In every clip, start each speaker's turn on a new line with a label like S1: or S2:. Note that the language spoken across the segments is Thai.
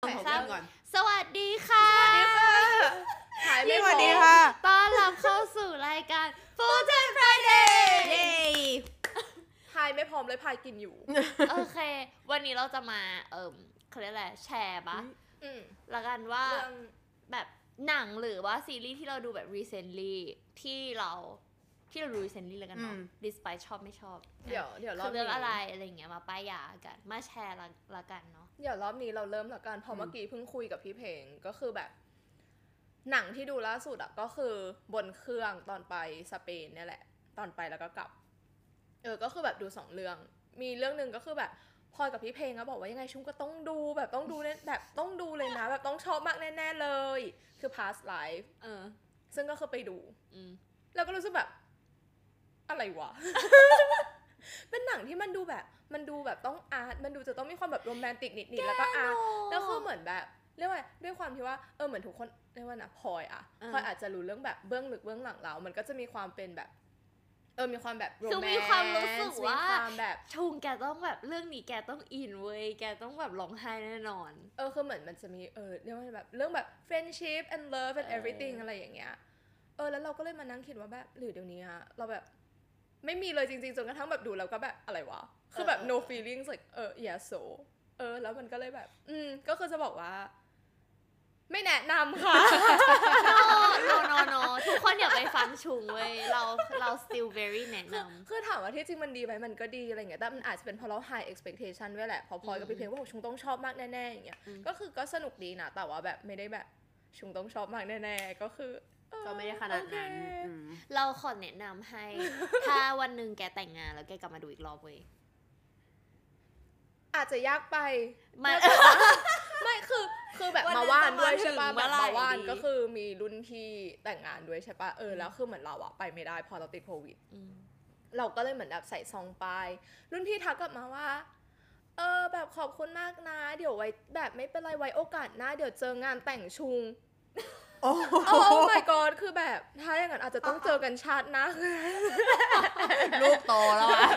S1: ใส่ซ้ำก่อน
S2: สวัสดีค่ะ
S1: หายไม่
S3: ส
S1: พ
S3: วั
S1: อ
S3: สดีค่ะ
S2: ต้อนรับเข้าสู่รายการ Food and Friday
S3: เย้
S1: พายไม่พร้อมเลยพายกินอยู่
S2: โอเค วันนี้เราจะมา เอ่มเขาเรียกอะไรแชร์ปะ
S1: อืม
S2: ละกันว่า
S1: เรื่อง
S2: แบบหนังหรือว่าซีรีส์ที่เราดูแบบ recently ที่เราที่เราดู recently แล้วกันเนาะ
S3: อืม
S2: despite ชอบไม่ชอบ
S1: เดี๋ยวเดี๋ยวรอ
S2: คื
S1: บ
S2: อเรื่อง
S1: นี้
S2: อะไรอะไรอย่างเงี้ยมาป้ายยากัน มาแชร์ละละกันเนาะ
S1: เดี๋ยวรอบนี้เราเริ่มแล้วกันเพอเมื่อกี้เพิ่งคุยกับพี่เพลงก็คือแบบ หนังที่ดูล่าสุดอะก็คือบนเครื่องตอนไปสเปนเนี่ยแหละ ตอนไปแล้วก็กลับ เออก็คือแบบดูสองเรื่อง มีเรื่องหนึ่งก็คือแบบพลอยกับพี่เพลงก็บอกว่ายังไงชุ่มก็ต้องดูแบบต้องดูแน่แบบต้องดูเลยนะ แบบต้องชอบมากแน่ๆเลย คือ past life
S2: เออ
S1: ซึ่งก็คือไปดู
S2: อืม
S1: แล้วก็รู้สึกแบบ อะไรวะ เป็นหนังที่มันดูแบบ มันดูแบบต้องอาร์ต มันดูจะต้องมีความแบบโรแมนติกนิดๆ แล้วก็อาร์ต แล้วคือเหมือนแบบเรียกว่าไงด้วยความที่ว่า เออเหมือนทุกคนเรียกว่านะพลอยอะ
S2: อ่า
S1: พลอยอาจจะรู้เรื่องแบบเบื้องลึกเบื้องหลังเรา มันก็จะมีความเป็นแบบ เออมีความแบบโร
S2: คือ
S1: แมนต์
S2: มีความรู้สึกว่า
S1: ความแบบ
S2: ชงแกต้องแบบเรื่องนี้แกต้องอินเว้ย แกต้องแบบร้องไห้แน่นอน
S1: เออคือเหมือนมันจะมีเออเรียกว่าแบบเรื่องแบบ friendship and love and
S2: เออ
S1: everything อะไรอย่างเงี้ยเออแล้วเราก็เลยมานั่งคิดว่าแบบหรือเดี๋ยวนี้อะเราแบบไม่มีเลยจริงๆจนกระทั่งแบบดูแล้วก็แบบอะไรวะ คือแบบ
S2: เออ
S1: no feelings like เออ yeah so เออ แล้วมันก็เลยแบบ อืม ก็คือจะบอกว่า ไม่แนะนำค่ะ
S2: โนโนโนทุกคนอย่าไปฟังชุงเว้ย เราเรา still very แนะน
S1: คือถามว่าที่จริงมันดีไหมมันก็ดีอะไรเงี้ยแต่มันอาจจะเป็นเพราะเรา high expectation ด้วยแหละเพอพลอยกับพี่เพลงว่าโอ้ชงต้องชอบมากแน่ๆอย่างเงี้ย
S2: อืม
S1: ก็คือก็สนุกดีนะแต่ว่าแบบไม่ได้แบบชงต้องชอบมากแน่ๆก็คือเออ
S3: ก็ไม่ได้ขนาดนั้น
S1: โอเค
S3: อืม
S2: ำเราขอแนะนำให้ ถ้าวันหนึ่งแกแต่งงานแล้วแกกลับมาดูอีกรอบเว้ย
S1: อาจจะยากไป
S2: มัน
S1: ไม่คือคือแบบ
S2: วันนั้
S1: มาน ว่านด้วย
S2: จะมา
S1: ใช่ปะ
S2: ถึง
S1: แบบ
S2: เมื่อไหร่
S1: มาว่าน
S2: ดี
S1: ก็คือมีรุ่นที่แต่งงานด้วยใช่ปะเออแล้วคือเหมือนเราอะไปไม่ได้เพอเราติดโควิด
S2: อืม
S1: เราก็เลยเหมือนแบบใส่ซองไป รุ่นพี่ทักกลับมาว่า เออแบบขอบคุณมากนะ เดี๋ยวไว้แบบไม่เป็นไรไว้โอกาสหน้า เดี๋ยวเจองานแต่งชุง
S3: โอ้
S1: โอ้ oh my god คือแบบถ้าอย่างนั้นอาจจะต้องเจอกันชาติหน้า
S3: ลูกโตแล้วอะ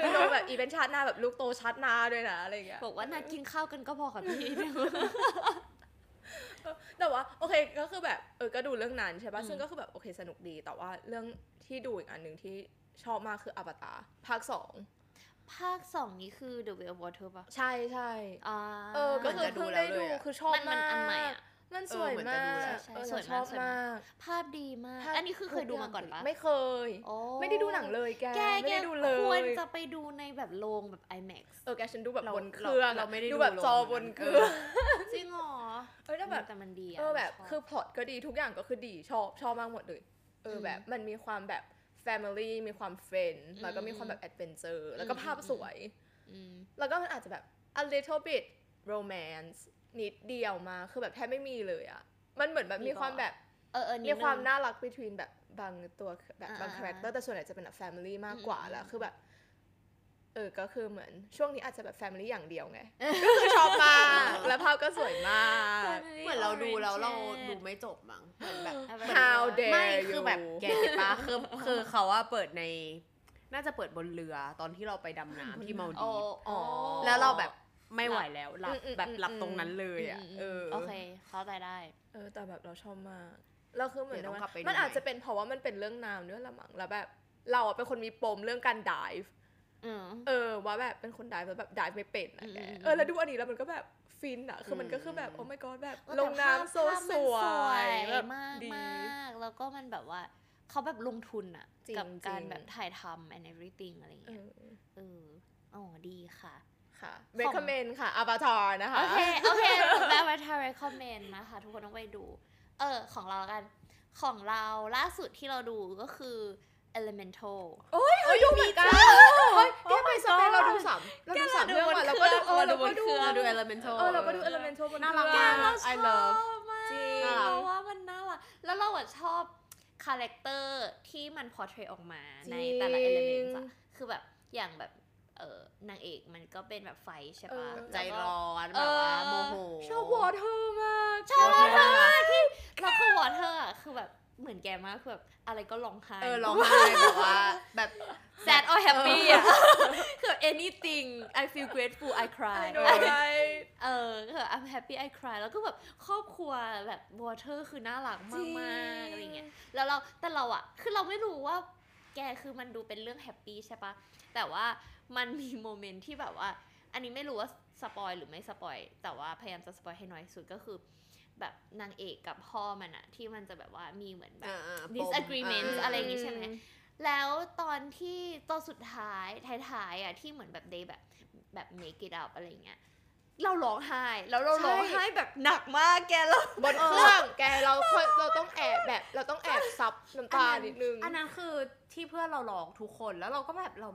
S1: คือโดนแบบอีเป็นชาติหน้าแบบลูกโตชาติหน้าด้วยนะอะไรอย่างเงี้ย
S2: บอกว่านัดกินข้าวกันก็พอค่ะพี่
S1: แต่ว่าโอเคก็คือแบบเออก็ดูเรื่องนั้นใช่
S2: อื
S1: ปะ่ะ
S2: ม
S1: ซึ่งก็คือแบบโอเคสนุกดีแต่ว่าเรื่องที่ดูอีกอันหนึ่งที่ชอบมากคืออวตารภาคสอง
S2: ภาคสองนี้คือ The Way of Water ปะ
S1: ใช่ใช่
S2: อ่า
S1: เออก็คือเพิ่งได้ดูคือชอบ
S2: มัน
S1: มา
S2: มัน
S1: ก
S2: อันใหม่อะ
S1: มันสวยมาก
S2: เอ
S1: เอ
S2: อ
S1: อ
S2: เหมือนจะดูแล้วใช่
S1: เราชอบ
S2: สวยมาม
S1: าก ก
S2: ภาพดีมาก
S1: ภาพ
S2: อันนี้คือเคยดูมาก่อนปะ
S1: ไม่เคย
S2: โอ้
S1: ไม่ได้ดูหนังเลยแก
S2: แกแก
S1: ไม่ได้ดูเล
S2: ควร
S1: ย
S2: จะไปดูในแบบโรงแบบ IMAX
S1: เออแกฉันดูแบบ
S3: เรา
S1: บนเครื่อง
S3: เราไม่ได้
S1: ดูแบบ
S3: ลง
S1: จอบนเครื่อง
S2: จริงเหรอ
S1: เออแล้วแบบ
S2: แต่มันดีะ
S1: เออแบบ
S2: ช
S1: คือพล็อตก็ดีทุกอย่างก็คือดีชอบชอบมากหมดเลยเอออ
S2: ม
S1: แบบมันมีความแบบ Family มีความ Friend
S2: อืม
S1: แล้วก็มีความแบบ Adventure แล้วก็ภาพ
S2: อืม
S1: สวย
S2: อืม
S1: แล้วก็มันอาจจะแบบ a little bit romance นิดเดียวมาคือแบบแทบไม่มีเลยอะมันเหมือนแบบ
S2: มี
S1: มี
S2: บอก
S1: ความแบบ
S2: เออเออ
S1: มี
S2: นี่
S1: ความน่ารัก between แบบบางตัวแบบบาง
S2: อ่า
S1: คาแรคเตอร์แต่ส่วนใหญ่จะเป็นแบบ Family มากกว่า
S2: อืม
S1: แล้ว
S2: อืม
S1: คือแบบเออก็คือเหมือนช่วงนี้อาจจะแบบ Family อย่างเดียวไง ก็คือชอบมากและภาพก็สวยมาก
S3: เหมือนเราดูแล้วเราดูไม่จบมั้งเหมือนแบบ
S2: เอาไป
S1: How
S3: ไม่
S1: dare
S3: คือ
S1: you
S3: แบบแกเก็ตป ะคือคือเขาว่าเปิดใน น่าจะเปิดบนเรือตอนที่เราไปดำน้ำที่เมา
S2: โอ้
S3: ดีฟ
S2: โอ้
S3: แล้วเราแบบไม่ไหวแล้วหลับ
S1: อืมอืม
S3: แบบหลับ
S1: อืม
S3: ตรงนั้นเลยอ่ะ
S2: มม
S3: เออ
S2: โอเค เข้าใจได้
S1: เออแต่แบบเราชอบมากเราคือเหมือน
S3: เดี๋ยวต้อง
S1: ว่าก
S3: ลับไปดู
S1: มันอา
S3: ให
S1: จ
S3: ม่
S1: จะเป็นเพราะว่ามันเป็นเรื่องน้ำด้วยละมั้งแล้วแบบ เราอะเป็นคนมีปมเรื่องการดิฟ
S2: อืม
S1: เออว่าแบบเป็นคนดิฟแล้วแบบดิฟไม่เป็นอะ
S2: อืม
S1: แก
S2: อืม
S1: เออแล้วดูอันนี้แล้วมันก็แบบฟินอะคือมันก็คือแบบ
S3: อืม
S1: โอ้ my god แบบ
S2: เออแต่
S1: ลง
S2: ภาพ
S1: น้ำโซ
S2: ภาพมัน
S1: สว
S2: ส
S1: ย
S2: วย
S1: แบบ
S2: มาก
S1: ดี
S2: มากแล้วก็มันแบบว่าเขาแบบลงทุนอะ
S1: จริง
S2: กับการ
S1: จริง
S2: แบบถ่ายทำ and everything อะไรอย่าง
S1: เอ
S2: เงี้ย
S1: อ
S2: เอออ๋อดีค่ะ
S1: ค่ะ recommend ค่ะ Avatar นะคะ
S2: โอเค โอเคแม่วัฒน์ recommend นะคะ ทุกคนต้องไปดู เออ ของเราละกัน ของเราล่าสุดที่เราดูก็คือ elemental
S1: โอ้ยเออดูเหมือนกันเฮ้ยแกไปสเปนเราดูสามเราดูสามเรื่องอะเราก็ดูเออเราก็ดู
S3: ดู elemental
S1: เออเราก็ดู elemental บน
S3: น่ารัก
S1: เคอง
S3: มาก
S2: ช
S3: I
S2: อบ
S3: love
S2: มาก
S1: จริง
S2: เพราะว่ามันน่ารัก แล้วเราอะชอบคาแรคเตอร์ที่มันพอเทรตออกมาในแต่ละ
S1: จริง
S2: element อะคือแบบอย่างแบบเออนางเอกมันก็เป็นแบบไฟใช่ปะ
S1: เออ
S3: ใจ
S2: แล้วก็
S3: ร้อนแบบว่า
S2: เออ
S3: โมโห
S1: ชอบวอเธอร์มาก
S2: ชอบ
S3: โอเค
S2: มากที่เราคือวอเธอร์อะคือแบบเหมือนแกมากคือแบบอะไรก็ร้องไห้
S3: เออร้องไห้แบบว่าแบบ
S2: sad or happy อะคือแบบ anything I feel grateful I
S1: ไอ
S2: cry
S1: โดนไอ้
S2: เออก็แบบ I'm happy I cry แล้วก็แบบครอบครัวแบบ water คือน่ารักมากๆอะไรเงี้ย แล้วเราแต่เราอะคือเราไม่รู้ว่าแกคือมันดูเป็นเรื่องแฮปปี้ใช่ปะแต่ว่ามันมีโมเมนต์ที่แบบว่า อันนี้ไม่รู้ว่าสปอยหรือไม่สปอยแต่ว่าพยายามจะสปอยให้น้อยสุดก็คือ แบบนางเอกกับพ่อมันอะที่มันจะแบบว่ามีเหมือนแบบ
S3: อ่าๆปม
S2: disagreement
S3: า
S2: อะไรอย่างงี้ใช่ไหม แล้วตอนที่ตอนสุดท้ายท้ายๆอ่ะที่เหมือนแบบ they แบบแบบ make it up อะไรอย่างเงี้ยเราร้องไห้แล้วเราร้องไห้แบบหนักมากแกเรา
S1: บนเครื่องแกเราค่อยเราต้องแอบแบบ เราต้องแอบซับน้ำตานิดนึง
S3: อันนั้นคือที่เพื่อนเราร้องทุกคนแล้วเราก็แบบเรา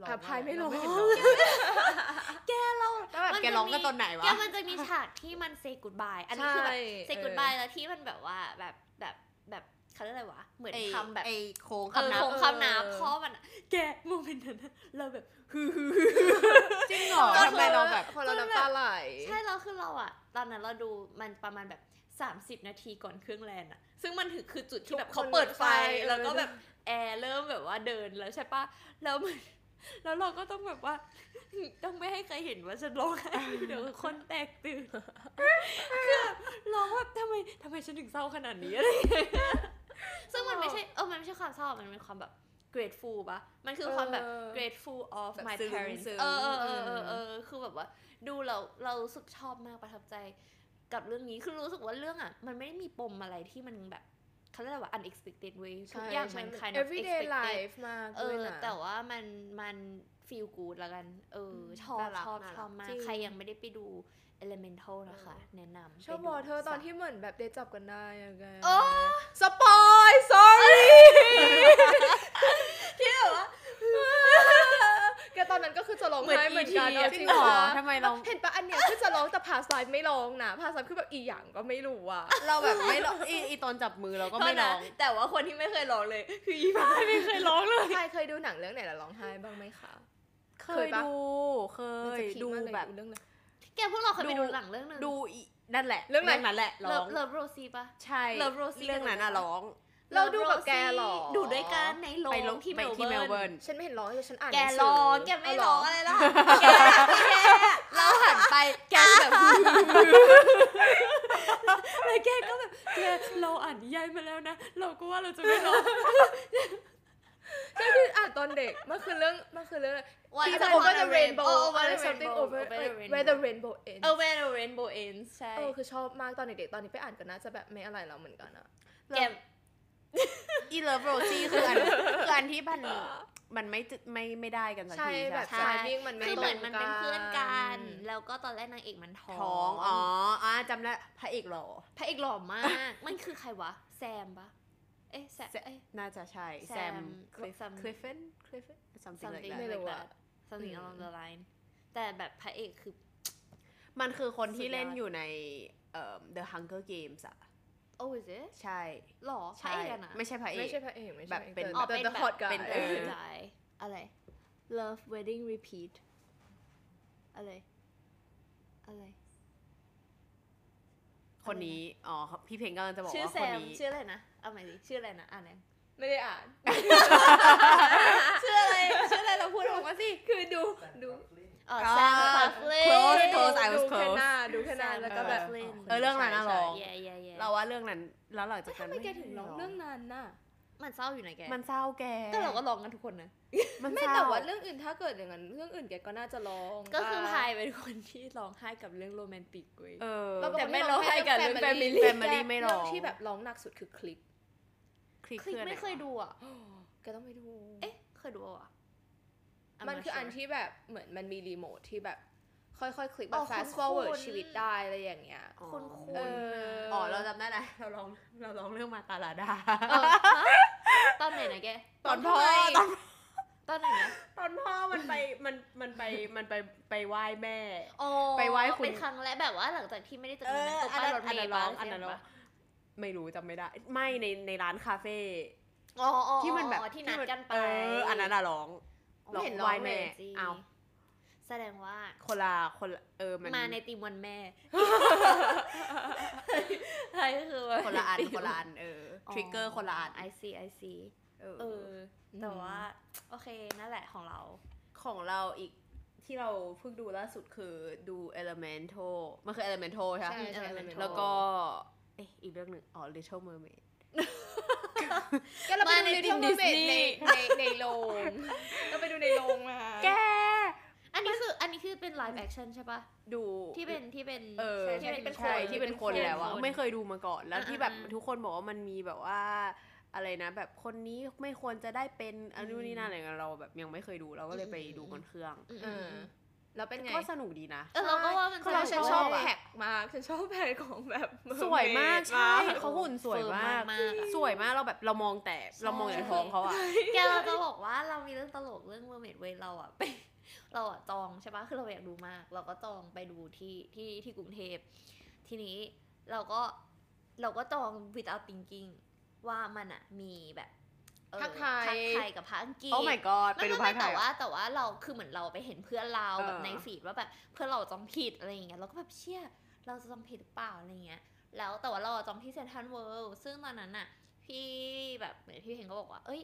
S3: ร้อง
S1: อ่ะพายไม่ร้อง
S3: เห็นร้อง
S2: แกเรา
S3: แล้วแบบ
S2: มัน
S3: แกร้องกัน
S2: จะมี
S3: ตอนไหนวะ
S2: แกมันจะมีฉากที่มัน say goodbye อันนี้คือแบบ say goodbye แล้วที่มันแบบว่าแบบแบบแบบเขาเรียกอะไรวะ เหมือน
S3: ไอ้
S2: คำแบบ
S3: ไอ้โค้ง
S2: เออ
S3: คำนับ
S2: คงคำน้ำ
S3: เออ
S2: พ่อมันอะแกโมเมนต์นั้นอะเราแบบ ฮือฮือ
S3: จริงเหรอ
S2: จน
S3: ทำไมเราแบบ
S1: คนเราน้ำตาไหล
S2: ใช่เราคือเราอะตอนนั้นเราดูมันประมาณแบบ 30 นาทีก่อนเครื่องแลนอะซึ่งมันถือคือจุดที่แบบเขาเปิดไฟ
S1: เออ
S2: แล้วก็แบบแอร์เริ่มแบบว่าเดินแล้วใช่ปะแล้วมัน แล้วเราก็ต้องแบบว่า ต้องไม่ให้ใครเห็นว่าฉันร้อง ไห้เดี๋ยวคนแตกตื่น คือร้องแบบทำไมทำไมฉันถึงเศร้าขนาดนี้อะไร อย่างเงี้ยซึ่งมันไม่ใช่เออมันไม่ใช่ความเศร้ามันเป็นความแบบ grateful ปะมันคือความแบบ
S1: เออ
S2: grateful of
S3: แบบ
S2: my
S3: ซึ้ง
S2: parents
S3: ซึ้ง
S2: เออเออเออเออเออคือแบบว่า ดูเราเรารู้สึกชอบมากประทับใจกับเรื่องนี้คือรู้สึกว่าเรื่องอ่ะ มันไม่ได้มีปมอะไรที่มันแบบเขาเรียกอะไรว่า unexpected เว้ยทุกอย่างมัน
S1: ใช่
S2: kind of
S1: everyday
S2: expected
S1: life มาก
S2: เอ
S1: ด้วย
S2: อ
S1: นะ
S2: แต่ว่ามันมัน feel good ละกัน เอออ
S1: ม
S2: ชอบ
S3: น่ารัก
S2: ชอบ
S3: น่ารัก
S2: ชอบมา
S1: จริ
S2: ก
S1: ง
S2: ใครยังไม่ได้ไปดู elemental นะคะ แนะนำ
S1: ชอบ
S2: ไป
S1: ว
S2: ดู
S1: อเธอตอน
S2: สาม
S1: ที่เหมือนแบบเดทจับกันได้อะแก
S2: โอ้
S1: สปอยสอรี่
S2: ที่แบบว่า
S1: แกตอนนั้นก็คือจะร้อง
S3: เหมือน
S1: ไห้เหมือนกั
S3: ET
S1: นา
S3: อะจริงเหรอ
S1: ปะ
S3: ทำไมเรา
S1: เห็นปะอันเนี้ยคือจะร้องแต่พาสไลด์ไม่ร้องนะพาสไลด์คือแบบอีหยังก็ไม่รู้อ่ะ
S3: เราแบบไม่ร้องอีอีตอนจับมือเราก็ไม่ร้อง
S2: เท่านั้นแต่ว่าคนที่ไม่เคยร้องเลย คืออีฟ้าไม่เคยร้องเลย
S1: ใครเคยดูหนังเรื่องไหนแล้วร้องไห้บ้างไหมคะ
S3: เคยดู เคยดูแบบ
S1: เรื่องไหน
S2: แกพวกเราเคยไป
S3: ดู
S2: ดูหลังเรื่องหนึง
S3: ดูอีนั่นแหละ
S1: เรื่องไหน
S3: นั้นแหละร้
S2: เลิ
S3: อ
S2: ฟ
S3: ง
S2: เลิฟโรซีปะ
S3: ใช่
S2: เลิฟโรซี่
S3: เรื่องนั้นน่ะร้อง
S1: เราดูกับแกเหรอ
S2: ดูด้วยกันในโร
S3: ไปล
S2: ง
S3: ง
S2: ที่
S3: ไปที่
S2: เม
S3: เม
S2: ล
S3: ล
S2: เบิ
S3: เบิ
S2: ร์
S3: ร์
S2: น
S3: น
S1: ฉันไม่เห็นร้องเลยฉันอ่าน
S2: แก
S1: หนัสื
S2: ร้องแกไม่ร้องอะไรล่ะแกแกเราหันไปแกแบบแล้วแกก็แบบแกเราอ่านนิยายมาแล้วนะ เราก็ว่าเราจะไม่ร้อง
S1: ใช่ที่อ่านตอนเด็ก มันคือเรื่อง มันคือเรื่องที่ over the rainbow
S2: วัน
S1: อะไร
S2: the
S1: something
S2: rainbow over
S1: over
S2: the rainbow
S1: where the rainbow ends
S2: เออ where the rainbow ends ใช่
S1: เออคือชอบมากตอนเด็กๆ ตอนนี้ไปอ่านก็น่าจะแบบไม่อะไรแล้วเหมือนกันอะ
S2: แก
S3: อีเลิฟโรซี่คืออันคืออันที่มันมันไม่จะไม่ไม่ได้กันสัก
S1: ใช่
S3: ทีใช่
S1: แบบ
S3: ปะ
S2: ใช่
S1: มิ่งมันไม่
S2: คือเหมือนมัน
S1: ตรงกัน
S2: เป็นเพื่อนกัน แล้วก็ตอนแรกนางเอกมันท้อง
S3: ท้องอ๋ออ่าจำได้พระเอกหล่อ
S2: พระเอกหล่อมาก มันคือใครวะ แซมปะเอ๊ะแซม
S3: แซม
S2: เอ๊ะ
S3: น่าจะใช่แซม
S2: Sam Clifton
S3: คลิฟเฟนคลิฟเฟน something like
S2: something
S3: that
S1: ไม่รู้
S2: like
S1: อะ
S2: that something
S1: อืม
S2: along the line แต่แบบพระเอกคือ
S3: มันคือคนที่
S2: สุดยอด
S3: เล่นอยู่ในเอ่อ The Hunger Games อะ
S2: oh is it
S3: ใช่
S2: หล่อพระ
S3: ใช่
S2: เอกอะนะ
S3: ไม่ใช่พระเอ
S1: ไม่
S3: ก
S1: ใช่พระเอกไม่ใช่
S3: แบบเป็น
S2: อ๋อ
S1: แต่
S2: เป็น
S1: แต่
S2: แบบ
S1: hot guy
S3: เป็นเออ
S2: หลายอะไร love wedding repeat อะไร อะไร
S3: คนนี้อ๋อพี่เพลงกำลังจะบอก
S2: ชื่อ
S3: ว่า
S2: แซ
S3: คน
S2: ม
S3: นี้
S2: ชื่ออะไรนะเอาใหม่ดิชื่ออะไรนะอ่านเลย
S1: ไม่ได้อ่าน
S2: ชื่ออะไรชื่ออะไรเราพูดออกมาสิคือดูดูอ๋อแซม
S3: อ่า
S2: คลาฟลิ
S3: Close Close I was
S1: ดูแค่
S3: close
S1: หน้าดูแค่หน้าแล้วก็แบบ
S3: Close เออเรื่องนั้นน่ะร้อง
S2: ใช่ใช่ใช่
S3: เราว่าเรื่องนั้นแล้วหลังจากนั้น
S1: ไม่แกถึงร้องเรื่องนั้นน่ะ
S2: มันเศร้าอยู่ไหนแก
S3: มันเศร้าแก
S2: ก็เราก็ร้องกันทุกคนนะ
S3: มัน
S1: ไม่
S3: เศร้า
S1: แต่ว่าเรื่องอื่นถ้าเกิดอย่างนั้น เรื่องอื่นแกก็น่าจะร้อง
S2: ก็คือพายเป็นคนที่ร้องไห้กับเรื่องโรแมนติกเว้ย
S3: เออ
S1: เราบอก
S2: แต่
S1: ว่า
S2: ไม่ร้องไห้กับเรื่อง
S3: Family Family ไม่ร้อง
S1: เที่แบบร้องหนักสุดคือคลิก
S3: คลิก
S2: คลิก
S3: ออะร
S2: ไม่เคยว
S3: ะ
S2: ดูอ่ะ
S1: แกต้องไปดู
S2: เอ๊ะเคยดูอ่ะ I'm
S1: มันคือ
S2: not
S1: อัน
S2: sure
S1: ที่แบบเหมือนมันมีรีโมทที่แบบ ค่อยๆ คลิกแบ
S2: อ๋
S1: บ
S2: อ
S1: fast
S2: คุ้นๆ
S1: forward ชีวิตได้อะไรอย่างเงี้ย
S3: อ๋อ
S2: คุณคุณ
S1: เออ
S3: อ๋อเราจำได้แล้ว เราร้องเราร้องเรื่องมาตาลาดา
S2: ตอนไหนนะแก
S3: ตอนพ่อตอน
S2: ตอนไหนนะ
S3: ตอนพ่อมันไปมันมันไปมันไปไปไหว้แม่
S2: อ๋อ
S3: ไปไหว้คุณ
S2: เป็นครั้งแรกแบบว่าหลังจากที่ไม่ได้เจอกันนะตก
S3: อัน
S2: ป้าย
S3: นั้น
S2: รถ
S3: อัน
S2: เม
S3: นั้น
S2: ล์
S3: ร้องอันนั้น
S2: ปะ
S3: ร้องไม่รู้จำไม่ได้ ไม่ในในร้านคาเฟ่
S2: อ๋ออ๋อ
S3: ที่มันแบบ
S2: อ๋อที่นัดกันไป
S3: เอออันนั้นอะร้อง
S2: อ๋อ
S3: หลอก
S2: ไม่
S3: ไหว้แม่
S2: เลยจริง
S3: เอา
S2: แสดงว่า
S3: คนละคนละเออมัน
S2: มาในตีมวันแม่ ใช่ก็คือ
S3: คนละอั นคนละอันเออทริกเกอร์คนละอัน
S2: ไอซีไอซี
S3: เอ
S2: เอ
S3: อ
S2: อ แต่ว่า โอเค นั่นแหละของเรา
S3: ของเราอีกที่เราเพิ่งดูล่าสุดคือดู Elemental มันคือ Elemental ใช่ปะ
S1: ใช่ใช่ Elemental
S3: แล้วก็เอ๊ะอีกเรื่องหนึ่งอ๋อ Little Mermaid
S1: ก็เราไป
S3: มาใน
S1: ดู
S3: Team
S1: ในดิสนี
S3: Disney
S1: ย์ในในโรงก็ไปดูในโรงมา
S3: แก
S2: อันนี้คืออันนี้คือเป็น live action ใช่ปะ
S3: ดู
S2: ที่เป็นที่เป็น
S3: เออ
S1: ใช่
S2: ที่เป็น
S1: ใช่เป็นค
S3: ใช่
S1: น
S3: ที่เป็นคนแล้วอะ
S2: เป็นคน
S3: ไม่เคยดูมาก่อนแล้ว
S2: อ่า
S3: ที่แบบ
S2: อ่า
S3: ทุกคนบอกว่ามันมีแบบว่าอะไรนะแบบคนนี้ไม่ควรจะได้เป็นอันนู้นนี่นั่นอะไรกันเราแบบยังไม่เคยดูเราก็เลยไปดูบนเครื่อง
S2: อืม
S1: เอ
S2: อืม
S1: อ
S2: อืม
S1: แล้วเป็นไง
S3: ก็สนุกดีนะ
S2: เออเราก็ว่ามัน
S1: คือเรา
S2: ส
S1: ฉัน
S2: นุก
S1: ชอบ
S2: เว้ย
S1: แพ็กมากฉันชอบแพ็กของแบบ mermaid
S3: สวยมากใช่
S1: มาก
S3: เขาหุ่นสวยมาก
S2: เฟิร์ม
S3: สวยมากเราแบบเรามองแต่
S2: ใช่
S3: เรามองแต่ท้องเขาอะ
S2: แกเราจะบอกว่าเรามีเรื่องตลกเรื่องเมอร์เมดเว้ยเราอะไป เราอะจองใช่ปะคือเราอยากดูมาก เราก็จองไปดูที่ที่ที่กรุงเทพทีนี้เราก็เราก็จอง without thinking ว่ามันอะมีแบบเอ่อ
S1: ภาคไทย
S2: ภาคไทยกับภาคอังกฤษ
S3: โอ้ my god ไป
S2: ไม่
S3: ดู
S2: ไม่
S3: ภาค
S2: ไม่
S3: ไท
S2: แต่
S3: ย
S2: ว่า
S3: อะ
S2: แต่ว่าเราคือเหมือนเราไปเห็นเพื่อนเรา
S3: เออ
S2: แบบในฟีดว่าแบบเพื่อนเราจองผิดอะไรอย่างเงี้ยเราก็แบบเชี่ยเราจะจองผิดหรือเปล่าอะไรเงี้ยแล้วแต่ว่าเราจองที่เซนทรัลเวิลด์ซึ่งตอนนั้นน่ะพี่แบบเหมือนพี่เห็นก็บอกว่าเอ้ย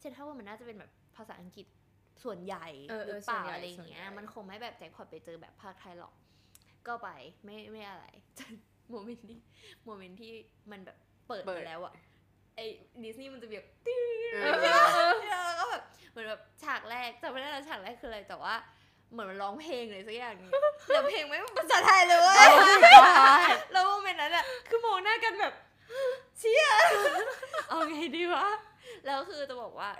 S2: เซนทรัลเวิลด์มันน่าจะเป็นแบบภาษาอังกฤษส่วนใหญ่
S1: เอ
S2: ห
S1: อเออ
S2: รืเปล่า
S1: ส่วนใหญ่
S2: อะไรอย่างเงี้ย
S1: ส่วนใหญ่
S2: มันคงไม่แบบแจ็คพอตไปเจอแบบภาคไทยหรอก ก็ไปไม่ไม่อะไร โมเมนต์ที่โมเมนต์ที่มันแบบเปิด
S3: เปิด
S2: มาแล้วอะไอ้ดิสนีย์มันจะแบบ
S3: เอ
S1: เออ
S3: อ
S1: เออเออ
S2: แล้วก็แบบเหมือนแบบฉากแรกจำไม่ได้แล้วฉากแรกคืออะไรแต่ว่าเหมือนมันร้องเพลงเลยสักอย่างหนี้ แล้วเพลงไม่เป็นภาษาไทยเลยเว้ย
S3: Oh my god
S2: แล้วโมเมนต์นั้นอะคือมองหน้ากันแบบเชี่ยเอาไงดีวะแล้วคือจะบอกว่า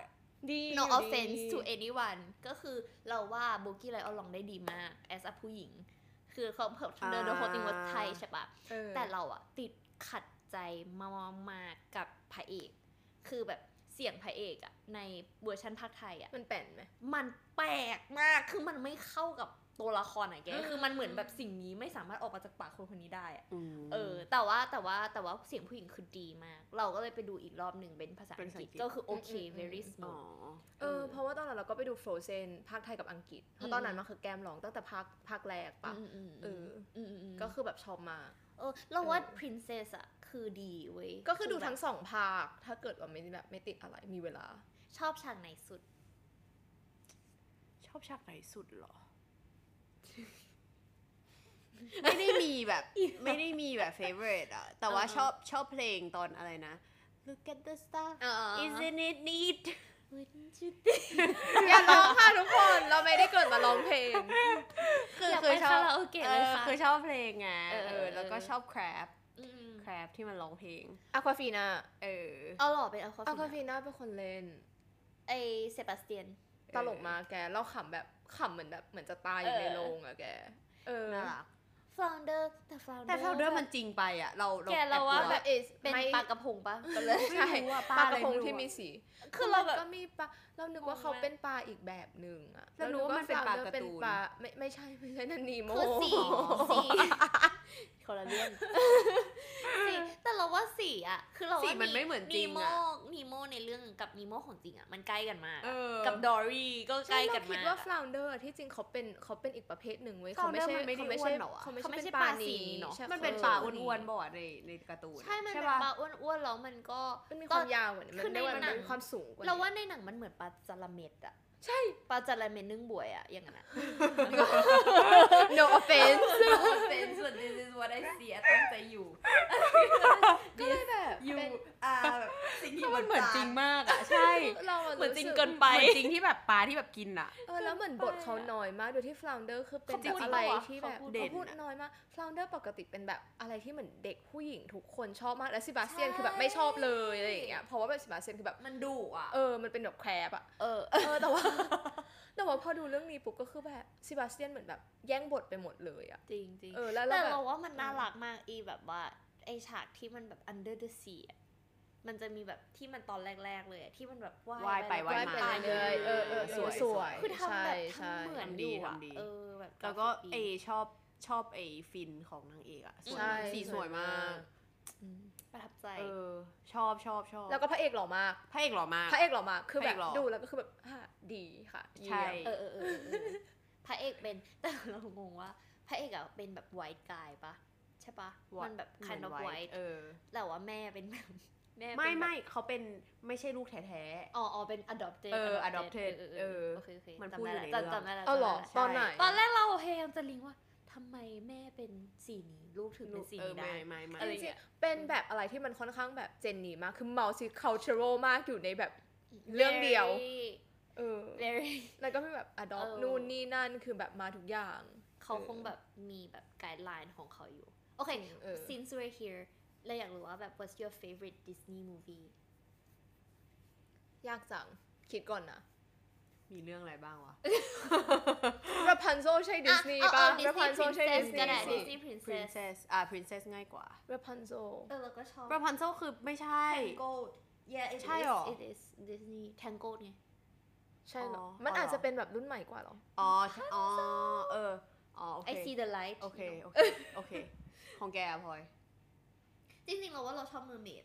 S1: ดี
S2: no
S1: อยู่
S2: offense
S1: ดี
S2: to anyone ก็คือเราว่าโบกี้ไลออนร้องได้ดีมาก as a ผู้หญิง คือเขาเดินโดยโฮติงวัดไทยใช่ปะ
S1: เออ
S2: แต่เราอะติดขัดใจมากๆกับพระเอก คือแบบเสียงพระเอกอะในเวอร์ชันภาคไทยอะ
S1: มันแป่นไหม
S2: มันแปลกมากคือมันไม่เข้ากับตัวละครอะแก
S1: อืม
S2: คือมันเหมือนแบบสิ่งนี้ไม่สามารถออกมาจากปากคนคนนี้ได้อะ
S3: อืม
S2: เออ แต่ว่าแต่ว่าแต่ว่าเสียงผู้หญิงคือดีมาก เราก็เลยไปดูอีกรอบหนึ่งเป็นภาษา
S3: เป็
S2: อั
S3: น
S2: ง
S3: ภาษาก อังกฤษ
S2: ฤษก็คือโอเค very
S3: อ๋อ
S2: smooth
S1: เออเพราะว่าตอนนั้นเราก็ไปดู Frozen ภาคไทยกับอังกฤษเพราะตอนนั้นมันคือแกมร้องตั้งแต่ภาคภาคแรกปะ
S2: อืมอืม
S1: เอ
S2: อืม
S1: อ
S2: อืมอืม
S1: ก็คือแบบชอบมาก
S2: เออเราว่า
S1: เออ
S2: princess อะคือดีเว้ย
S1: ก็คือดู
S2: แบบ
S1: ทั้งสองภาค ถ้าเกิดว่าไม่แบบไม่ติดอะไรมีเวลา
S2: ชอบฉากไหนสุด
S3: ชอบฉากไหนสุดเหร อ ไม่ได้มีแบบ ไม่ได้มีแบบ favorite อะแต่ว่า
S2: อ่า
S3: ชอบชอบเพลงตอนอะไรนะ Look at the star
S2: อ๋อ
S3: isn't it neat
S2: Wouldn't you
S1: อย่าร้องค่ะทุกคนเราไม่ได้เกิดมาร้องเพลง
S3: คือ
S2: อยาก
S3: คือ
S2: ไป
S3: ช
S2: คา
S3: อบ
S2: ราโอเกะ
S3: เอ
S2: เลย
S3: อ
S2: ค่ะ
S3: คือชอบเพลงไง
S2: เออ
S3: เอ
S2: เอ
S3: อ
S2: อ
S3: แล้วก็ชอบ crab
S2: ม
S3: crab ที่มันร้องเพลง
S1: a ควาฟีนา
S3: เออ
S2: เอาหล่อเป็นอ
S1: อ
S2: ควา
S1: ควา
S2: ฟิน
S1: ฟีนาเป็นคนเล่น
S2: ไอเซบาสเตียน
S1: ตลกมากแกเราขำแบบขำเหมือนแบบเหมือนจะตายอยู่ในโรงอะแก เออ
S3: น่ารัก
S2: ฟลาวเดอร์ แต่ฟลาวเดอร์
S3: แต่เราเดิมมันจริงไปอ่ะ เรา
S2: แกเรา
S3: อ
S2: ว่า
S3: บกลั
S2: แบบเป็น
S1: ไม่
S2: ปลากระพงปะ
S1: ก็ เลย
S3: ไม่
S1: ใช่
S3: รู้อ่ะ
S1: ป
S3: ปลา
S1: ลา
S3: อะ
S1: ก
S3: ไร
S1: ระพง
S3: ไม่รู้
S1: ที่มี
S3: อะ
S1: สี
S2: คือเราแบบ
S1: มันก็มีปลาเรานึกว่าเขาเป็นปลาอีกแบบหนึ่งอะ
S3: เรานึกว่ามันเป็นปลาการ์ตูน
S1: เป็นปลาไม่ไม่ใช่ไม่ใช่นันนีโม
S2: คือสีสีคนละเรื่องสีแต่เราว่าสีอะคือเราว่า
S3: สีมันไม่เหมือนจริงอะ
S2: โมนีโมในเรื่องกับนีโมของจริงอะมันใกล้กันมาก
S3: เออ
S2: กับดอรี่ก็ใก
S1: ใช่
S2: ล้กั
S1: เรา
S2: น
S1: คิด
S2: มาก
S1: ว่า
S2: อะ
S1: flounder อะที่จริงเขาเป็นเขาเป็นอีกประเภทหนึ่งเว้ย
S3: flounder
S1: เขาไม่ใช่
S3: มันไม่ได้อ้ว
S1: เขาไม่ใช่
S3: นเหรอวะ
S1: เขาไม่
S2: เขาไม่
S1: ใช่
S2: ใช่ป
S1: เป็นปลา
S2: ลาสี
S1: สี
S2: เนอะ
S1: ใช่
S3: มันเป็น
S1: ข
S3: ปลาอ้วนๆบ่อในในการ์ตูน
S2: ใช่มันเป็น
S3: ปะ
S2: ปลาอ้วนๆแล้วมันก็
S1: มันมีความยาวเหมือน
S2: คื
S1: มัน
S2: อ
S1: ได้ว่า
S2: ใน
S1: มัน
S2: หนัง
S1: เป็นความสูงกว่า
S2: เราว่า
S1: นี้
S2: ในหนังมันเหมือนปลาจระเม็ดอะ
S1: ใช่
S2: ปลาจระเม็ดนึ่งบวยอะอย่างนั้นอะ
S1: no offense
S2: เป็นส่วน this is what I see อะตั้งใจอยู่
S1: ก็เลยแบบเป็น
S3: อ่าแบบสิ่งที่มันเหมือนจริงมากอ่ะ ใช่
S1: เราะ
S2: เหมือนจริง
S1: สึ
S2: เกินไป
S3: เหมือนจริงที่แบบปลาที่แบบกินอ่ะ
S1: เออแล้วเหมือนบทเขาน้อยมากโดยที่ flounder คือเป็น
S3: เขาพูด
S1: แบบอะไร
S3: ปะวะ
S1: ที่แบบ
S3: เขาพูด
S1: เขาพูด
S3: เด่นอะ
S1: น้อยมาก flounder ปกติเป็นแบบอะไรที่เหมือนเด็กผู้หญิงทุกคนชอบมากและซิบาสเตียนคือแบบไม่ชอบเลยอะไรอย่างเงี้ยเพราะว่าแบบซิบาสเตียนคือแบบ
S2: มันดุอ่ะ
S1: เออมันเป็นแบบแครบอะ
S2: เออ
S1: เอ อแต่ว่า แต่ว่าพอดูเรื่องนี้ปุ๊บก็คือแบบซิบาสเตียนเหมือนแบบแย่งบทไปหมดเลยอะ
S2: จริงจริง
S1: เออแล้วเรา
S2: แต่
S1: แบบ
S2: เราว่ามันน่ารักมากอีแบบว่า ไอฉากที่มันแบบ under the sea อะมันจะมีแบบที่มันตอนแรก ๆ เลยอะที่มันแบบว่าย
S3: ว่ายไป
S2: แล้
S3: ว่าย
S1: ว่าย
S3: มา
S1: ไปเรื่อยๆเออเออสวย
S3: ส
S1: ส
S3: ว
S1: วย ย
S2: คือทำแบบ
S1: ใช่
S2: ทำเหมือน
S3: ทำดี
S2: อยู่อะ
S3: ทำดี
S2: เออแบบ
S3: แล้วก็
S2: ราฟิ
S3: เอ
S2: ดี
S3: ชอบชอบเอฟินของนางเอกอ่ะสวย
S1: ใช่
S3: มากสีสวยมาก
S1: อืม
S2: ประทับใจ
S3: เออชอบชอบชอบ
S1: แล้วก็พระเอกหล่อมาก
S3: พระเอกหล่อมาก
S1: พระเอกหล่อมากคือ
S3: พระ
S1: แบ
S3: เอบ กหล่อ
S1: ดูแล้วก็คือแบบอ่ะดีค่ะเยี่ยม
S3: ใช่
S2: เออเออเออเออพระเอกเป็น แต่เรางงว่าพระเอกอะเป็นแบบไวท์กายปะใช่ปะ
S3: White
S2: มันแบบคัน
S3: เห
S2: อ
S3: มื
S2: อ
S3: อก น
S2: ไว
S3: ไว้
S2: ท์
S3: เออ
S2: แต่ว่าแม่เป็นแบบ แม่เป็น
S3: ไม่
S2: แบบ
S3: ไม่เขาเป็นไม่ใช่ลูกแท้ๆ
S2: อ๋ออ๋อเป็น adopted
S3: เออ adopted
S2: เออ
S3: เออ
S2: โอเคโอเค
S3: มัน
S2: จำ
S3: พูด
S2: ได้
S3: อยู่ใน
S2: ละ
S3: เรื่อง
S2: จำจำได้ละ
S1: เอาเหรอ
S2: จำได้ละ
S1: ตอนไหน
S2: ตอนแรกเราพยายามจะลิงก์ว่าทำไมแม่เป็นสีนี้ลูกถึงเป็นสี
S3: เออ
S2: นี้ได้
S3: ไม่ไม่ไม่
S2: อะ
S1: จ
S2: ไร
S1: ริงๆเป็นแบบอะไรที่มันค่อนข้างแบบเจนนี่มาก คือ multicultural มากอยู่ในแบบ เรื่องเดียว เออ
S2: Very- very
S1: แล้วก็ไม่แบบ adopt
S2: เออ
S1: นู่นนี่นั่นคือแบบมาทุกอย่าง
S2: เขาคงแบบมีแบบไกด์ไลน์ของเขาอยู่ โอเค
S1: เออ
S2: since we're here เราอยากรู้ว่าแบบ what's your favorite Disney movie
S1: ยากจัง คิดก่อนนะ
S3: มีเรื่องอะไรบ้างวะ
S1: Rapunzel ใช่ดิสนีย์
S2: อ่
S1: ป่ะ
S2: เอาเอา
S1: Rapunzel ใช่ดิส
S2: Princess
S1: นี
S2: ก็ได้
S1: ย์สิ
S2: Disney princess
S3: princess อ่า princess ง่ายกว่า
S1: Rapunzel
S2: เออเราก็ชอบ
S3: rapunzel คือไม่ใช่
S2: Tangled yeah it
S3: ใช่หรอ
S2: is it is Disney Tangled ไง
S1: ใช่เหรอ
S3: อ๋อ
S1: มันอาจ
S3: อ๋อเหรอ
S1: จะเป็นแบบรุ่นใหม่กว่าเหรอ
S3: อ๋ออ๋อเอออ๋อโอ
S2: I
S3: เค
S2: see the light
S3: โอเค
S2: you know
S3: โอเค โอเค ของแกอะพลอย
S2: จริงๆเราว่าเราชอบ mermaid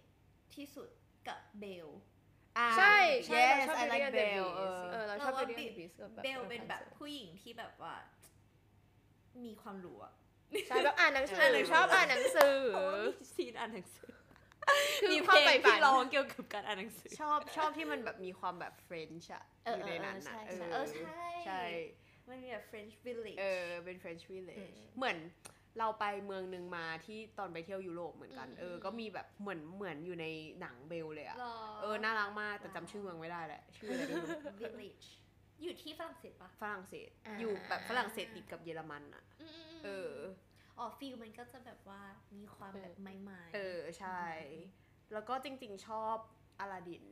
S2: ที่สุดกับเบล
S3: อ่า
S1: ใช่ใช่
S3: yes
S1: เราชอบ
S3: I like
S1: Beauty and the
S3: bell
S1: Beast
S3: เออ
S1: เออเราชอบ
S2: เราว่า
S1: Beauty and the Beast กับแบบ
S2: เบลเป็นแบบ
S1: Rapunzel
S2: ผู้หญิงที่แบบว่า มีความรู้อะ
S1: ใช่แบบอ่านหนังสือ
S3: เออ
S1: ชอบอ่านหนังสือ
S2: เพราะว่ามีซีนอ่านหนังสือ
S1: คือ
S2: มีเพ
S1: ความ
S2: ล
S1: ใฝ่
S2: ง
S1: ฝั
S2: ที่
S1: น
S2: ร้องเกี่ยวกับการอ่านหนังสือ
S3: ชอบชอบที่มันแบบมีความแบบ French อะ
S2: เออ
S3: อยู่ในนั้นนะ
S2: เออเออใช่ใช่
S3: ใช่
S2: มันมีแบบ French Village
S3: เออเป็น French village
S1: อืม
S3: เหมือนเราไปเมืองหนึ่งมาที่ตอนไปเที่ยวยุโรปเหมือนกัน
S2: อืม
S3: เออก็มีแบบเหมือนเหมือนอยู่ในหนังเบลเลยอะ
S2: หรอ
S3: เออน่ารักมากแต่
S2: ว้าว
S3: จำชื่อเมืองไม่ได้แหละชื่ออะไรไม่รู้
S2: Village อยู่ที่ฝรั่งเศสปะ
S3: ฝรั่งเศส
S1: อ่า
S3: อยู่แบบฝรั่งเศสติดกับเยอรมันอะเออ
S2: อ๋อฟิลมันก็จะแบบว่ามีความแบบไม้ไม้
S3: เออใช่ แล้วก็จริงๆชอบอลาดิน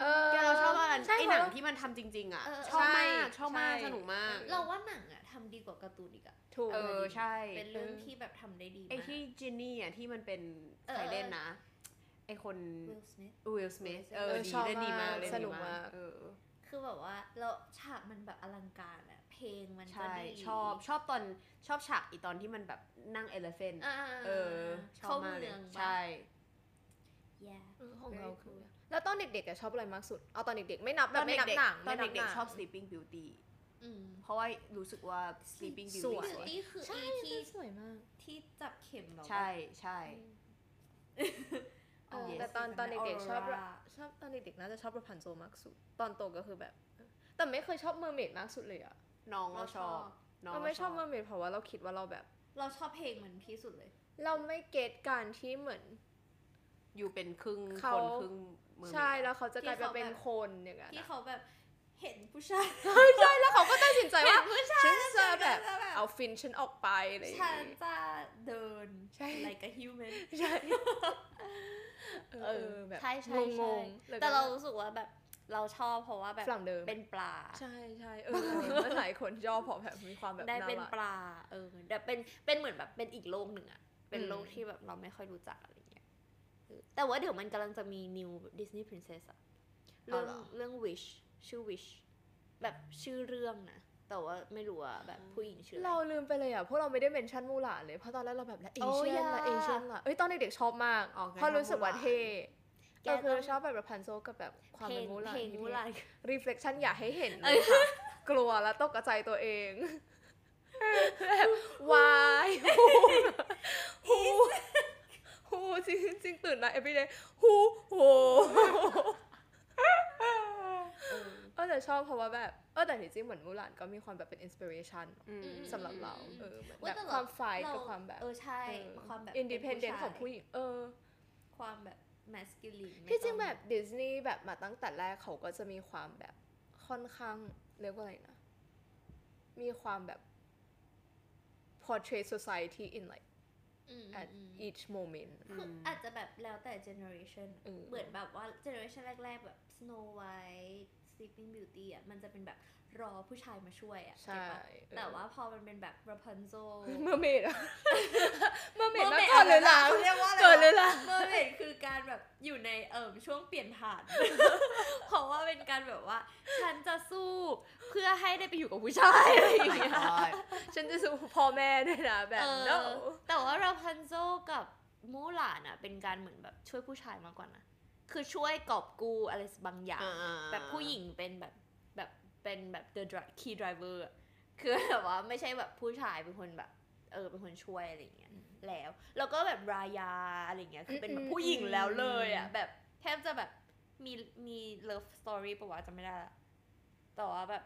S1: เออ
S3: แกเราชอบอะไร
S1: ใช่
S3: ไอหนัง
S1: เพราะ
S3: ที่มันทำจริง ๆ อ่ะ
S2: เออ
S3: ชอบมาก
S1: ใช่
S3: ชอบมาก
S1: ใช่
S3: สนุกมาก
S2: เราว่าหนังอะทำดีกว่าการ์ตูนอีกอะ
S1: ถูก
S3: เออ ใช่
S2: เป็นเรื่องที่แบบทำได้ดีมาก
S3: ไอที่จินนี่อ่ะ ที่มันเป็น
S2: เออ
S3: ใครเล่นนะ ไอคน
S2: Will Smith
S3: วิลสมิธเออ
S1: เออ
S3: ดี
S1: ชอบ
S3: เล่นดีมาก
S1: มาก
S3: เล่น
S1: ส
S3: ดี
S1: นุก
S3: มาม
S1: าก ก
S3: เออ
S2: คือแบบว่าแล้วฉากมันแบบอลังการอะเพลงมันก็
S3: ใช่
S2: ดี
S3: ชอบชอบตอนชอบฉากอีตอนที่มันแบบนั่งเอลเฟน
S2: อ่า
S3: เออ ชอบ
S2: เข้าม
S3: ากเล
S2: เมื
S3: ย
S2: องปะ
S3: ใช่
S2: Yeah
S1: ของเรา
S2: Very
S1: คือ
S2: cool
S1: แล้วตอนเด็กๆอะชอบอะไรมากสุด เอาตอนเด็กๆไม่นับแบ
S3: ตอบ น
S1: ไม่
S3: เด็
S1: นับ
S3: ก
S1: หนัง
S3: ๆตอน
S1: ไม่บห
S3: เด็ก
S1: ง
S3: ๆชอบ sleeping beauty
S2: อืม
S3: เพราะว่ารู้สึกว่า sleeping
S1: ส
S3: beauty
S1: วย
S3: สวย
S2: นี่คือ
S1: ใช่
S2: อีที่
S1: สวยมาก
S2: ที่จับเข็มเหรอวะ
S3: ใช่ใช่
S1: เออ
S3: Yes
S1: แต่ตอนตอนเด็กๆชอบ
S2: เป็น Aurora
S1: ชอบตอนเด็กๆน่าจะชอบประพันโซมากสุด ตอนโตก็คือแบบ แต่ไม่เคยชอบเมอร์เมดมากสุดเลยอะ
S3: น้องก็ชอบน้อง
S1: เรา
S3: ก็
S1: ไม่ชอบเมอร์เมดเพราะว่าเราคิดว่าเราแบบ
S2: เราชอบเพลงมันที่สุดเลย
S1: เราไม่เก็ตการที่เหมือน
S3: อยู่เป็นครึ่ง
S1: เขา
S3: คนครึ่งเมือง
S1: ใช่แล้วเขาจะกลายไป
S2: ที่เขาแบบ
S1: เป็นคนอย่างเงี้ย
S2: ที่เขาแบบเห็นผู้ ชาย
S1: ใช่แล้วเขาก็ตัดสินใจ
S2: เห็
S1: ว่า
S2: นผู้ชาย
S1: ฉันจะ
S2: ล้ว
S1: แบ
S2: ฉั
S1: บ
S2: นก็จะ
S1: เอาฟินฉันออกไปอะไรอย่าง
S2: ฉัน
S1: งี้
S2: จะเดิน
S1: ใช่
S2: อะไรกับฮิวแมน
S1: ใช่ เอ
S2: เอ
S1: อ
S2: อ
S1: แบบ
S2: ใช่ใช่ใช่
S1: งงๆล้วก็
S2: แต่เรารู้สึกว่าแบบเราชอบเพราะว่าแบบ
S1: ฝรั่งเดิม
S2: เป็นปลา
S1: ใช่ใช่เออเมื่อหลายคนชอบเพราะแบบมีความแบบ
S2: ได้
S1: น่า
S2: เป็น
S1: รัก
S2: ปลาเออแต่เป็นเป็นเหมือนแบบเป็นอีกโลกหนึ่งอะเป็น
S1: อืม
S2: โลกที่แบบเราไม่ค่อยรู้จักอะไรเงี้ยเออแต่ว่าเดี๋ยวมันกำลังจะมี new Disney princess อะเรื่อง
S3: เอาเหรอ
S2: เรื่อง wish ชื่อ wish แบบชื่อเรื่องนะ แต่ว่าไม่รู้อะแบบผู้หญิงชื่ออะไร
S1: เราลืมไปเลยอ่ะ พวกเราไม่ได้เมนชั่นมูหลานเลย เพราะตอนแรกเราแบบละเอ
S2: โอ้
S1: เชียนละ
S2: ยา
S1: เอเชียนละเอ้ยตอนเด็กๆชอบมาก
S3: อ๋องั้น
S1: เพราะรู้สึกว่า
S3: ชอบมูหลาน
S1: เท่
S2: แก
S1: เออคือ
S2: ต้อง
S1: ชอบแบบพันโซกับแบบความ
S2: เพล
S1: เป็น
S2: ง
S1: มูหลาน
S2: เพลงมูหลาน
S1: รีเฟลคชันอยากให้เห็นเลยค่ะกลัวแล้วตกใจตัวเอง แบบวายฮูฮูฮูจริงจริงๆตื่นมาเอฟวีเดย์ฮูโห เออแต่ชอบเพราะว่าแบบเออแต่ที่จริงเหมือนมูหลานก็มีความแบบเป็นอินสปิเรชัน
S3: อืม
S2: อืม
S1: สำหรับเรา
S2: อืม
S1: เออเหมือน
S2: อุ๊ย
S1: แบบ
S2: แต่เรา
S1: ความไฟท์
S2: เร
S1: กับความแบบ
S2: เออใช่ ความแบบ
S1: อินดิเพนเดน
S2: ป็
S1: ต์
S2: ชาย
S1: ของผู้หญิงเออ
S2: ความแบบ masculine ไม่
S1: ที่จริง
S2: ต้อง
S1: แบบดิสนีย์แบบมาตั้งแต่แรกเขาก็จะมีความแบบค่อนข้างเรียกว่าอะไรนะ มีความแบบ portray society in like
S2: อืม
S1: at each moment
S2: คืออาจจะแบบแล้วแต่ generation
S1: เออ
S2: เหมือนแบบว่า generation แรก ๆ แบบ Snow White Sleeping Beauty อ่ะ มันจะเป็นแบบรอผู้ชายมาช่วยอ่ะ
S1: ใช่
S2: เก็ตปะแต่ว่าพอมันเป็นแบบ Rapunzel
S1: เมอร์เมด อะเม อร์เมด
S2: Mermaid
S1: มาก่อนหรือหลัง
S2: เขาเรียกว่าอะไร
S1: เกิดหรือ
S2: วะ
S1: หลัง
S2: Mermaid คือการแบบอยู่ในเอิ่มช่วงเปลี่ยนผ่าน เพราะว่าเป็นการแบบว่า ฉันจะสู้เพื่อให้ได้ไปอยู่กับผู้ชาย อะไรอย่างเงี้ย
S1: ฉันจะสู้พ่อแม่ด้วยนะแบบ
S2: เออ
S1: no
S2: แต่ว่าราพันโซกับมูหลานอ่ะ เป็นการเหมือนแบบช่วยผู้ชายมากกว่านะ คือช่วยกอบกู้อะไรบางอย่าง แบบผู้หญิงเป็นแบบแบบเป็นแบบ the dri- key driver อะคือแบบว่าไม่ใช่แบบผู้ชายเป็นคนแบบ เออเป็นคนช่วยอะไรอย่างเงี้ยแล้ว แล้วก็แบบรายาอะไรเงี้ยคือเป็นแบบผู้หญิงแล้วเลยอ่ะแบบ แทบจะแบบมีมีเลิฟสตอรี่ปะวะจำไม่ได้ละแต่ว่าแบบ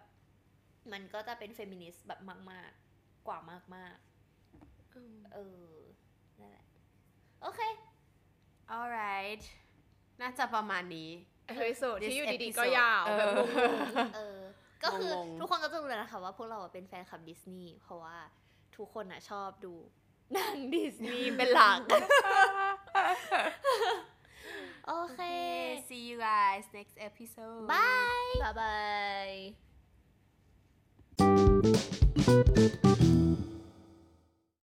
S2: มันก็จะเป็นเฟมินิสต์แบบมาก ๆ กว่ามาก ๆ เออ นั่นแหละ โอเค
S3: alright น่าจะประมาณนี้
S1: เอพิโซด
S3: This
S1: ที่อยู่ดี
S3: episode
S1: ๆ ก็ยาว
S3: เออ
S1: แบบงง
S2: เออ ก็คือง
S3: ง
S2: ทุกคนก็จะรู้แล้วนะคะว่าพวกเราอะเป็นแฟนคลับดิสนีย์เพราะว่าทุกคนอ่ะชอบดูหนังดิสนีย์เป็นห ลัก โอเค
S3: see you guys next episode
S2: บายบาย
S1: ๆ